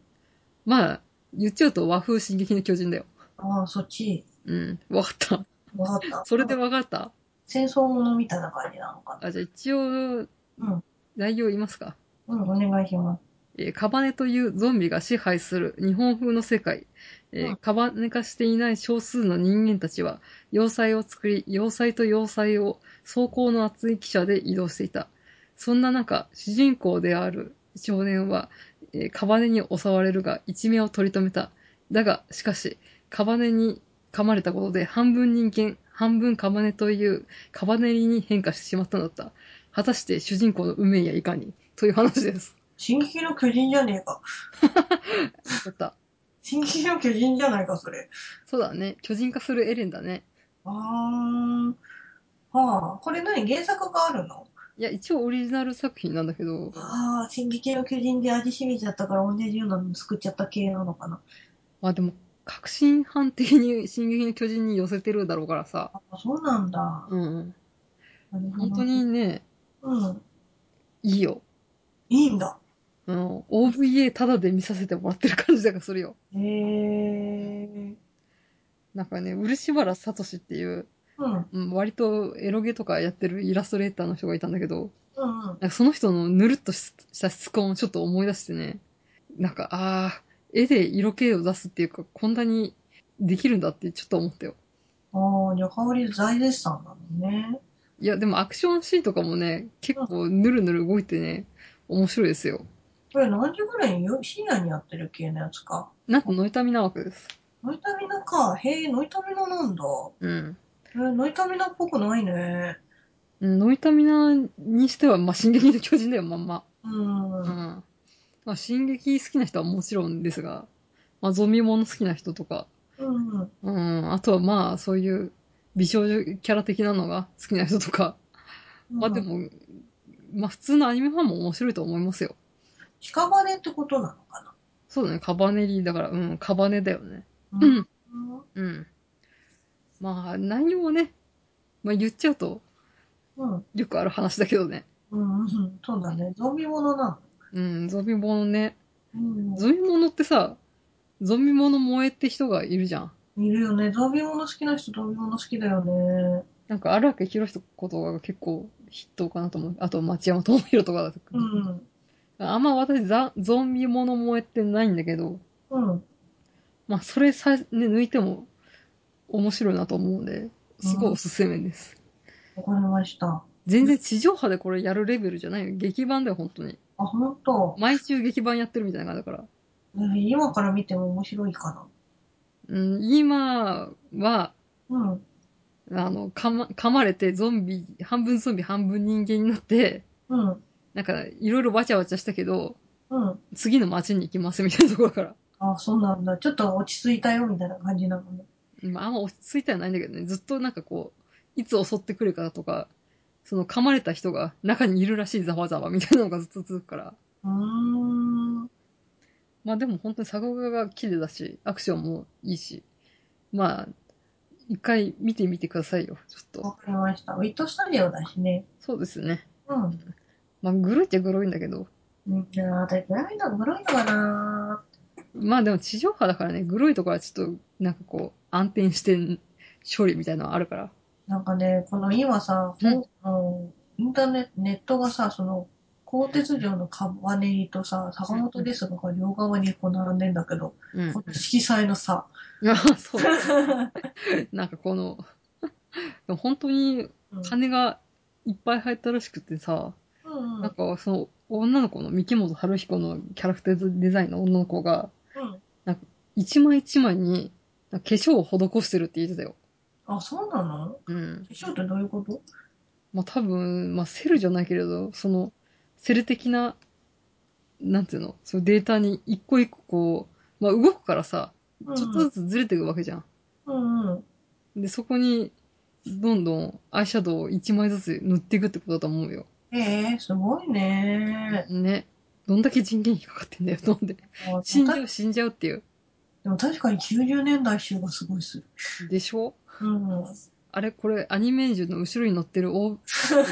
Speaker 1: まあ、言っちゃうと和風進撃の巨人だよ。
Speaker 2: ああ、そっち。
Speaker 1: うん。わかった。
Speaker 2: わ かった。
Speaker 1: それでわかった。
Speaker 2: 戦争ものみたいな感じなのか
Speaker 1: あ、じゃあ一応、
Speaker 2: な。うん。
Speaker 1: 内容言いますか。
Speaker 2: うん、お願いします。
Speaker 1: えーカバネというゾンビが支配する日本風の世界。えー
Speaker 2: うん
Speaker 1: カバネ化していない少数の人間たちは、要塞を作り、要塞と要塞を装甲の厚い汽車で移動していた。そんな中、主人公である少年は、えーカバネに襲われるが、一命を取り留めた。だが、しかし、カバネに噛まれたことで、半分人間、半分カバネという、カバネリに変化してしまったのだった。果たして主人公の運命やいかにという話です。
Speaker 2: 進撃の巨人じゃねえか。
Speaker 1: だった。
Speaker 2: 進撃の巨人じゃないか、それ。
Speaker 1: そうだね。巨人化するエレンだね。
Speaker 2: あー。はあ、これ何原作があるの
Speaker 1: いや、一応オリジナル作品なんだけど、
Speaker 2: ああ、進撃の巨人で味しみちゃったから同じようなの作っちゃった系なのかな。
Speaker 1: まあでも、革新犯的に 進撃の巨人に寄せてるだろうからさ。
Speaker 2: あそうなんだ。
Speaker 1: うんうん。
Speaker 2: なるほど
Speaker 1: 本当。にね、
Speaker 2: うん。
Speaker 1: いいよ。
Speaker 2: いいんだ。
Speaker 1: うん。OVA タダで見させてもらってる感じだからするよ。
Speaker 2: へえ。
Speaker 1: なんかね、漆原聡っていう、
Speaker 2: うん。うん
Speaker 1: うん割とエロゲとかやってるイラストレーターの人がいたんだけど、
Speaker 2: うん。
Speaker 1: なんかその人のぬるっとした質感をちょっと思い出してね、なんか、ああ、絵で色気を出すっていうか、こんなにできるんだってちょっと思ったよ。
Speaker 2: ああ、じゃあ香り財絶賛なのね。
Speaker 1: いや、でもアクションシーンとかもね、結構ぬるぬる動いてね、面白いですよ。
Speaker 2: これ何時ぐらいによ深夜にやってる系のやつか。
Speaker 1: なんかノイタミナ枠です。
Speaker 2: ノイタミナか。へえ、ノイタミナなんだ。
Speaker 1: うん。
Speaker 2: えーノイタミナっぽくないね。
Speaker 1: うんノイタミナにしては、まあ、進撃の巨人だよ、まんま。
Speaker 2: うん。
Speaker 1: うん。まあ、進撃好きな人はもちろんですが、まあ、ゾンビもの好きな人とか、
Speaker 2: うん。
Speaker 1: うん、あとはまあ、そういう美少女キャラ的なのが好きな人とか、まあでも、まあ普通のアニメファンも面白いと思いますよ。
Speaker 2: 屍ってことなのか
Speaker 1: そうだね、カバネリーだから、うん、カバネだよね。
Speaker 2: な。
Speaker 1: うん
Speaker 2: うん。
Speaker 1: うん。まあ、内容もね、まあ言っちゃうと、
Speaker 2: うん。
Speaker 1: よくある話だけどね。
Speaker 2: うん、うん、そうだね。ゾンビものな
Speaker 1: うん、ゾンビものね。
Speaker 2: の。
Speaker 1: ゾンビものってさ、ゾンビもの萌えって人がいるじゃん。
Speaker 2: うん。いるよね。ゾンビもの好きな人、ゾンビもの好きだよね。
Speaker 1: なんか荒木博士ことかが結構筆頭かなと思う。あと町山智博とかだと、
Speaker 2: うん。
Speaker 1: あんま私ザ、ゾンビもの萌えってないんだけど、
Speaker 2: うん。
Speaker 1: まあそれさ、ね、抜いても面白いなと思うんで、すごいおすすめです。
Speaker 2: わかりました。
Speaker 1: 全然地上波でこれやるレベルじゃないよ。劇版だよ、本当に。
Speaker 2: あ、ほんと。
Speaker 1: 毎週劇版やってるみたいな感じだから。
Speaker 2: ね今から見ても面白いかな。
Speaker 1: うん、今は、
Speaker 2: うん。
Speaker 1: あの、かま、噛まれてゾンビ、半分ゾンビ半分人間になって、
Speaker 2: うん。
Speaker 1: なんか、いろいろわちゃわちゃしたけど、
Speaker 2: うん。
Speaker 1: 次の街に行きますみたいなところから。
Speaker 2: あ、そうなんだ。ちょっと落ち着いたよ、みたいな感じなのね。
Speaker 1: まあ、あんま落ち着いてはないんだけどね、ずっとなんかこう、いつ襲ってくるかとか、その噛まれた人が中にいるらしいざわざわみたいなのがずっと続くから。
Speaker 2: うーん。
Speaker 1: まあでも本当に作画が綺麗だし、アクションもいいし。まあ、一回見てみてくださいよ、ちょっと。
Speaker 2: わかりました。ウィットスタジオだしね。
Speaker 1: そうですね。
Speaker 2: うん。
Speaker 1: まあ、ぐるいっちゃぐるいんだけど。
Speaker 2: うん、いやー、だいぶ暗いの、暗いのかな
Speaker 1: まあでも地上波だからね、グロいところはちょっと、なんかこう、暗転して処理みたいなのはあるから。
Speaker 2: なんかね、この今さ、
Speaker 1: うん
Speaker 2: あのインターネット、ネットがさ、その、鋼鉄城のカバネリとさ、坂本ですが両側にこう並んでんだけど、
Speaker 1: うん
Speaker 2: この色彩の さ、
Speaker 1: あそう。なんかこの、でも本当に
Speaker 2: うん
Speaker 1: 金がいっぱい入ったらしくてさ、
Speaker 2: うんうん
Speaker 1: なんかその女の子の三木本春彦のキャラクターデザインの女の子が、
Speaker 2: うん
Speaker 1: 一枚一枚になんか化粧を施してるって言ってたよ。
Speaker 2: あ、そうなの
Speaker 1: うん。
Speaker 2: 化粧ってどういうこと
Speaker 1: まあ多分、まあセルじゃないけれど、その、セル的な、なんていうの、そのデータに一個一個こう、まあ動くからさ、ちょっとずつずれていくわけじゃん。
Speaker 2: うんうん。
Speaker 1: で、そこに、どんどんアイシャドウを1枚ずつ塗っていくってことだと思うよ。
Speaker 2: えー、すごいね
Speaker 1: ね。どんだけ人件費かかってんだよ、飲んで。
Speaker 2: あ
Speaker 1: 死んじゃう、死んじゃうっていう。
Speaker 2: でも確かに90年代集がすごいする。
Speaker 1: でしょ
Speaker 2: うん。
Speaker 1: あれ、これ、アニメージュの後ろに載って る、O、ちょっ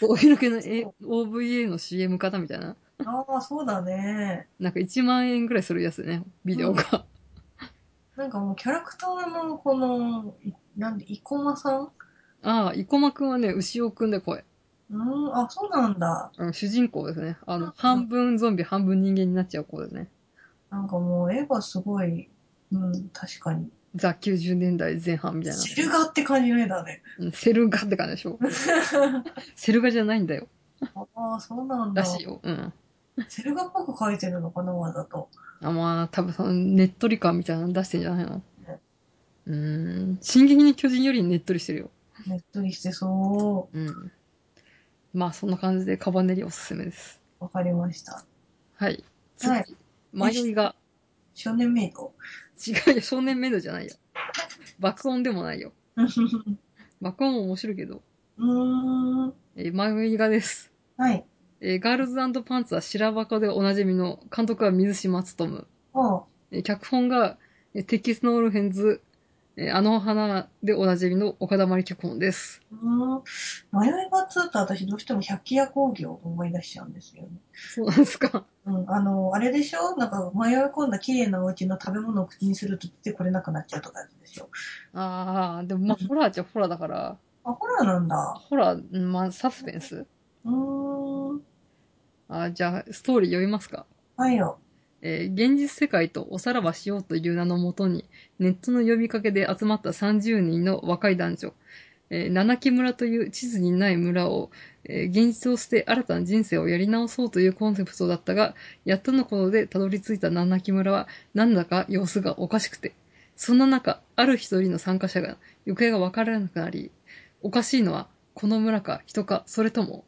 Speaker 1: とお色気の、A、OVA の CM 方みたいな。
Speaker 2: ああ、そうだね。
Speaker 1: なんか1万円ぐらいするやつね、ビデオが。
Speaker 2: なんかもうキャラクターのこの、いなんで、生駒さん
Speaker 1: ああ、生駒くんはね、牛尾くんで声。
Speaker 2: うん、あ、そうなんだ。
Speaker 1: あの主人公ですね。あ
Speaker 2: う
Speaker 1: の
Speaker 2: ん、
Speaker 1: 半分ゾンビ、半分人間になっちゃう子ですね。
Speaker 2: なんかもう絵がすごい、うん、確かに。
Speaker 1: ザ90年代前半みたいな。
Speaker 2: シルガって感じの絵だね。
Speaker 1: うんセルガって感じでし ょ。セルガじゃないんだよ。
Speaker 2: ああ、そうなんだ。
Speaker 1: らしいよ。うん。
Speaker 2: セルガっぽく描いてるのかな、わざと。
Speaker 1: あ、まあ、多分その、ねっとり感みたいなの出してんじゃないの
Speaker 2: ね
Speaker 1: うーん。進撃の巨人よりねっとりしてるよ。
Speaker 2: ねっとりしてそ
Speaker 1: うん。まあ、そんな感じでカバネリおすすめです。
Speaker 2: う。わかりました。
Speaker 1: はい。次。
Speaker 2: はい
Speaker 1: 迷いが、
Speaker 2: 少年メイド。
Speaker 1: 違うよ。少年メイドじゃないよ。爆音でも ないよ。
Speaker 2: うー
Speaker 1: 爆音も面白いけど。
Speaker 2: ん。
Speaker 1: えー、迷いがです。
Speaker 2: はい。
Speaker 1: えーガールズパンツは白箱でおなじみの、監督は水島努。
Speaker 2: おう。
Speaker 1: えー脚本が、えーテキスノールヘンズ、えーあの花でおなじみの岡田まり脚本です。
Speaker 2: うーん。迷いがつうと私どうしても百鬼夜工業を思い出しちゃうんですよね。
Speaker 1: そうなんですか。
Speaker 2: うん、あの、あれでしょなんか迷い込んだ綺麗なお家の食べ物を口にすると出てこれなくなっちゃうとかやつでしょ。
Speaker 1: ああ、でもまあ、ホラーじゃホラーだから、
Speaker 2: あ、ホラーなんだ。
Speaker 1: ホラー、うんまあ、サスペンス。
Speaker 2: うーん。
Speaker 1: あーじゃあ、ストーリー読みますか。
Speaker 2: はいよ。
Speaker 1: えー現実世界とおさらばしようという名のもとに、ネットの呼びかけで集まった30人の若い男女、えー七木村という地図にない村を、えー現実を捨て新たな人生をやり直そうというコンセプトだったが、やっとのことでたどり着いた七木村は、なんだか様子がおかしくて。そんな中、ある一人の参加者が行方がわからなくなり、おかしいのは、この村か、人か、それとも、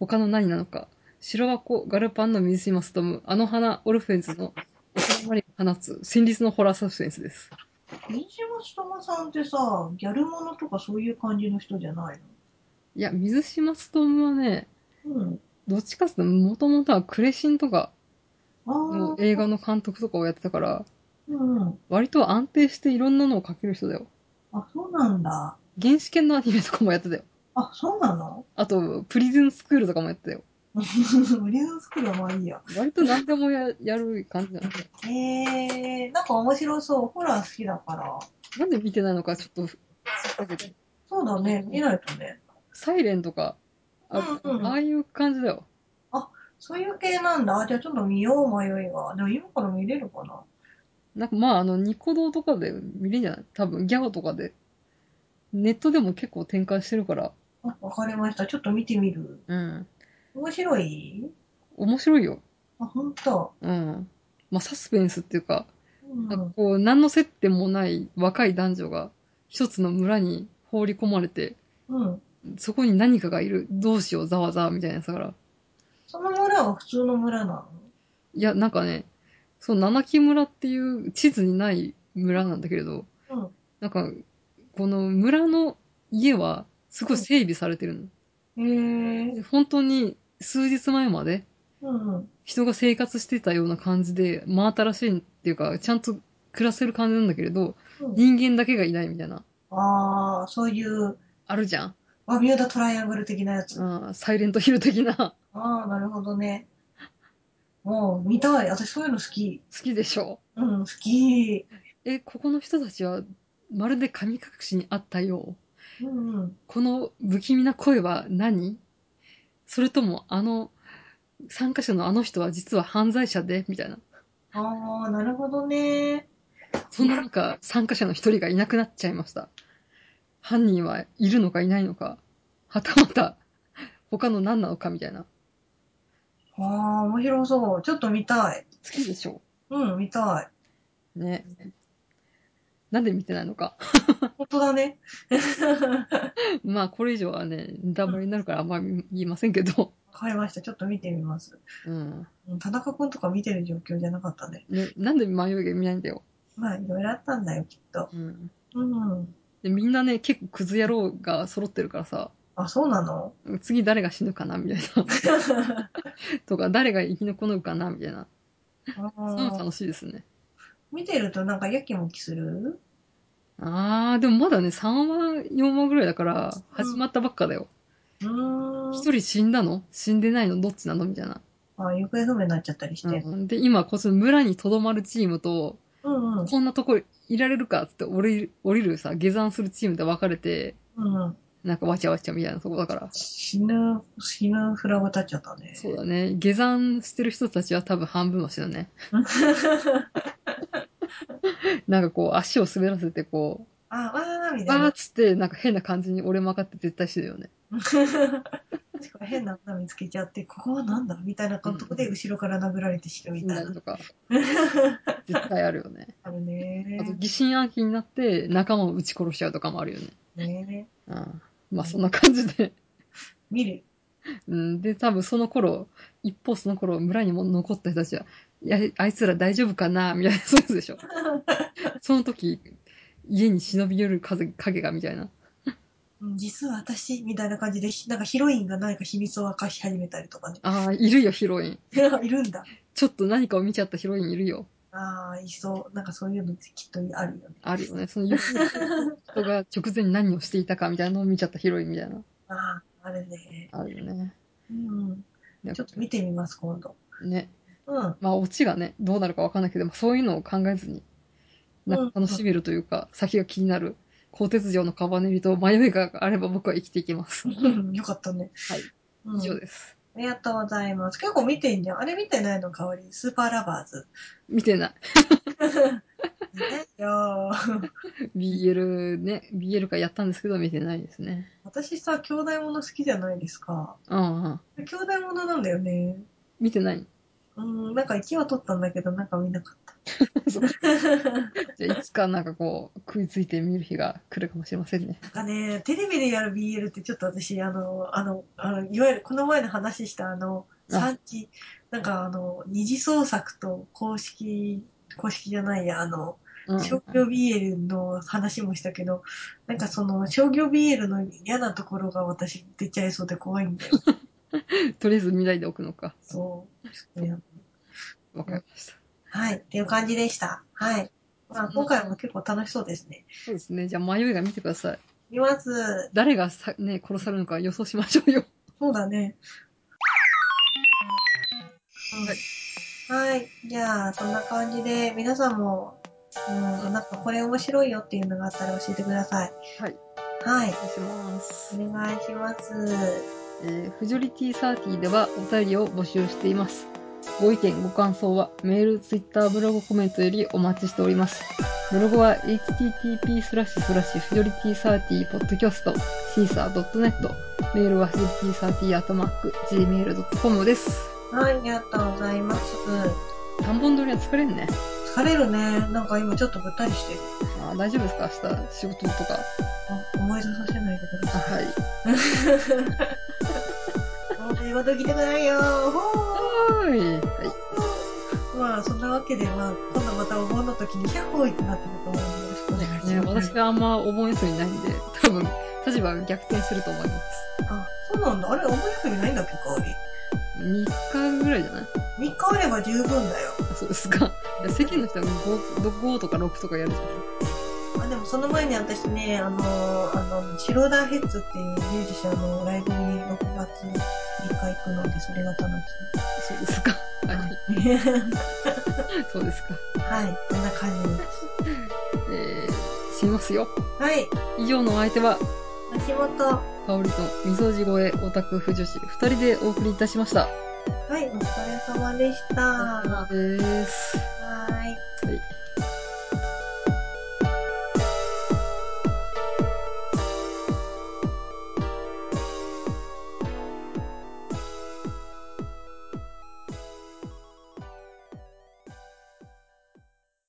Speaker 1: 他の何なのか、白箱、ガルパンの水島努、あの花、オルフェンズの、おさまりが放つ、戦慄のホラーサスペンスです。
Speaker 2: 飯島努さんってさ、ギャルものとかそういう感じの人じゃない
Speaker 1: いや、水島努はね、
Speaker 2: の
Speaker 1: どっちかっていうと、もともとはクレシンとか
Speaker 2: うん。あ
Speaker 1: の
Speaker 2: あ。
Speaker 1: 映画の監督とかをやってたから、
Speaker 2: うん。
Speaker 1: 割と安定していろんなのを描ける人だよ。
Speaker 2: あ、そうなんだ。
Speaker 1: 原始圏のアニメとかもやってたよ。
Speaker 2: あ、そうなの
Speaker 1: あと、プリズンスクールとかもやってたよ。
Speaker 2: 無理のスクールはまあいいや。
Speaker 1: 割と何でもややる感じなんだよ。
Speaker 2: えー、なんか面白そう。ホラー好きだから。
Speaker 1: なんで見てないのかちょっと、だけど、
Speaker 2: そうだね。見ないとね。
Speaker 1: サイレンとか、あ,、
Speaker 2: うんうん
Speaker 1: ああいう感じだよ。
Speaker 2: そういう系なんだ。じゃあちょっと見よう、迷いが。でも今から見れるかな。
Speaker 1: なんかまあ、あの、ニコ動とかで見れんじゃない多分、ギャオとかで。ネットでも結構展開してるから、
Speaker 2: あわかりました。ちょっと見てみる。
Speaker 1: うん。
Speaker 2: 面白い
Speaker 1: 面白いよ。
Speaker 2: あ、ほんと。
Speaker 1: うん。まあ、サスペンスっていうか、
Speaker 2: うん
Speaker 1: なんかこう、何の接点もない若い男女が、一つの村に放り込まれて、
Speaker 2: うん。
Speaker 1: そこに何かがいる。どうしよう、ざわざわ、みたいなやつだから。
Speaker 2: その村は普通の村なの
Speaker 1: いや、なんかね、その七木村っていう地図にない村なんだけれど、
Speaker 2: うん
Speaker 1: なんか、この村の家は、すごい整備されてるの。
Speaker 2: へえ。
Speaker 1: で本当に、数日前まで、
Speaker 2: うんうん。
Speaker 1: 人が生活してたような感じで、真新しいっていうか、ちゃんと暮らせる感じなんだけれど、
Speaker 2: うん、
Speaker 1: 人間だけがいないみたいな。
Speaker 2: ああ、そういう、
Speaker 1: あるじゃん。
Speaker 2: バミューダトライアングル的なやつ。
Speaker 1: あーサイレントヒル的な。
Speaker 2: ああ、なるほどね。もう、見たい。私そういうの好き。
Speaker 1: 好きでしょ。
Speaker 2: うん、好き。
Speaker 1: え、ここの人たちは、まるで神隠しにあったよう。
Speaker 2: うんうん。
Speaker 1: この不気味な声は何それともあの、参加者のあの人は実は犯罪者でみたいな。
Speaker 2: ああ、なるほどね。
Speaker 1: そんな中、参加者の一人がいなくなっちゃいました。犯人はいるのかいないのか、はたまた、他の何なのかみたいな。
Speaker 2: ああ、面白そう。ちょっと見たい。
Speaker 1: 好きでしょ
Speaker 2: うん、見たい。
Speaker 1: ね。なんで見てないのか。
Speaker 2: 本当だね。
Speaker 1: まあ、これ以上はね、ネタバレになるからあんまり言いませんけど。
Speaker 2: わかりました。ちょっと見てみます。
Speaker 1: うん。
Speaker 2: うん田中くんとか見てる状況じゃなかったね。
Speaker 1: ね、なんで迷いが見ないんだよ。
Speaker 2: まあ、いろいろあったんだよ、きっと。
Speaker 1: うん。
Speaker 2: うん。
Speaker 1: でみんなね、結構クズ野郎が揃ってるからさ。
Speaker 2: あ、そうなの
Speaker 1: 次誰が死ぬかなみたいな。 とか、誰が生き残るかなみたいな。そういうの
Speaker 2: あー
Speaker 1: 楽しいですね。
Speaker 2: 見てるとなんかやきもきする
Speaker 1: あー、でもまだね、3話、4話ぐらいだから、
Speaker 2: うん
Speaker 1: 始まったばっかだよ。
Speaker 2: うーん
Speaker 1: 一、。人死んだの死んでないのどっちなのみたいな、
Speaker 2: あ、行方不明になっちゃったりして。
Speaker 1: うんで、今、こっちの村に留まるチームと、
Speaker 2: うんうん。
Speaker 1: こんなとこいられるかっつって降りる、降りるさ、下山するチームで分かれて、
Speaker 2: うんうん。
Speaker 1: なんかわちゃわちゃみたいなとこだから。
Speaker 2: 死ぬ、死ぬフラグ立っちゃったね。
Speaker 1: そうだね。下山してる人たちは多分半分の人だ ね。なんかこう、足を滑らせてこう、
Speaker 2: あ、わーみたい
Speaker 1: バー
Speaker 2: な
Speaker 1: っ。つって、なんか変な感じに俺曲がって絶対してるよね。
Speaker 2: 確か変な女見つけちゃって、ここはなんだみたいな監督で後ろから殴られて死ぬみたいな。
Speaker 1: とか。 絶対あるよね。
Speaker 2: あるね
Speaker 1: あと疑心暗鬼になって仲間を撃ち殺しちゃうとかもあるよね。
Speaker 2: ね
Speaker 1: うん。まあそんな感じで。
Speaker 2: 見る。
Speaker 1: うん。で、多分その頃、一方その頃村にも残った人たちは、いや、あいつら大丈夫かなみたいな、そういうやつで しょ。その時、家に忍び寄る風影がみたいな。
Speaker 2: うん実は私みたいな感じで、なんかヒロインが何か秘密を明かし始めたりとかね。
Speaker 1: ああ、いるよ、ヒロイン。
Speaker 2: いるんだ。
Speaker 1: ちょっと何かを見ちゃったヒロインいるよ。
Speaker 2: ああ、いそう。なんかそういうのってきっとあるよね。
Speaker 1: あるよね。その友 人の人が直前に何をしていたかみたいなのを見ちゃったヒロインみたいな。
Speaker 2: ああ、あるね。
Speaker 1: あるよね。
Speaker 2: うん。
Speaker 1: ね
Speaker 2: ちょっと見てみます、今度。
Speaker 1: ね。
Speaker 2: うん。
Speaker 1: まあ、オチがね、どうなるかわかんないけど、まあそういうのを考えずに、なんか楽しめるというか、先が気になる、鋼鉄城のカバネリと迷いがあれば僕は生きていきます。
Speaker 2: よかったね。
Speaker 1: はい。
Speaker 2: うん
Speaker 1: 以上です。
Speaker 2: ありがとうございます。結構見てんじゃん。あれ見てないの代わりに、スーパーラバーズ。
Speaker 1: 見てない。
Speaker 2: 見ないよ ー
Speaker 1: BL ね、BL かやったんですけど、見てないですね。
Speaker 2: 私さ、兄弟もの好きじゃないですか。
Speaker 1: うんうん。
Speaker 2: 兄弟ものなんだよね。
Speaker 1: 見てない。
Speaker 2: うん、なんか1話取ったんだけど、なんか見なかった。
Speaker 1: じゃあ、いつかなんかこう、食いついて見る日が来るかもしれませんね。
Speaker 2: なんかね、テレビでやる BL ってちょっと私、あの、あの、あのいわゆるこの前の話したあの、
Speaker 1: あ
Speaker 2: 産地、なんかあの、二次創作と公式、公式じゃないや、あの、
Speaker 1: うん。
Speaker 2: 商業 BL の話もしたけど、なんかその商業 BL の嫌なところが私出ちゃいそうで怖いんだよ。
Speaker 1: とりあえず見ないでおくのか。
Speaker 2: そう。ちょっとや
Speaker 1: わかりました。
Speaker 2: はい。っていう感じでした。はい。まあ、今回も結構楽しそうですね。
Speaker 1: そうですね。じゃあ迷いが見てください。
Speaker 2: 見ます。
Speaker 1: 誰がさ、ね、殺されるのか予想しましょうよ。
Speaker 2: そうだね。はい。はい。じゃあ、そんな感じで、皆さんも、うん、なんかこれ面白いよっていうのがあったら教えてください。
Speaker 1: はい。
Speaker 2: は
Speaker 1: お。願
Speaker 2: い
Speaker 1: いします。
Speaker 2: お願いします。
Speaker 1: えー、フジョリティサーティではお便りを募集しています。ご意見、ご感想はメール、ツイッター、ブログ、コメントよりお待ちしております。ブログは http スラッシュスラッシュフジョリティサーティポッドキャストシーサー .net メールはフジョリティサーティアットマーク gmail.com です。
Speaker 2: はい、ありがとうございます。
Speaker 1: 3本撮りは疲れんね。
Speaker 2: 疲れるね。なんか今ちょっとぐったりしてる。
Speaker 1: あー大丈夫ですか明日仕事とか。
Speaker 2: あ思い出させないでくだ
Speaker 1: あ
Speaker 2: さい。
Speaker 1: はい。
Speaker 2: もう言わときたくないよほ
Speaker 1: はーい。はい。
Speaker 2: ー まあ、そんなわけで、まあ、今度またお盆の時に、100個いってなってると思うんで、よろしくお願いし
Speaker 1: ね、
Speaker 2: ます。
Speaker 1: 私があんま思い休みないんで、多分、立場が逆転すると思います。
Speaker 2: あ、そうなんだ。あれ、思い休みないんだっけ、香り。
Speaker 1: 3日ぐらいじゃない
Speaker 2: 3日あれば十分だよ。
Speaker 1: あそうですか。いや世間の人は 5, 5とか6とかやるじ
Speaker 2: あ、でもその前に私ね、あのー、あの、シローダーヘッズっていうミュージシャンのライブに6月3日行くので、それが楽
Speaker 1: ゃ
Speaker 2: し
Speaker 1: ん。そうですか。はい。
Speaker 2: み。
Speaker 1: そうですか。
Speaker 2: はい、こんな感じです。
Speaker 1: えー、死にますよ。
Speaker 2: はい、
Speaker 1: 以上のお相手は、
Speaker 2: 足元。は
Speaker 1: 香りと溝地声オタク婦女子2人でお送りいたしました。
Speaker 2: い、お疲れ様でした。はい
Speaker 1: です。。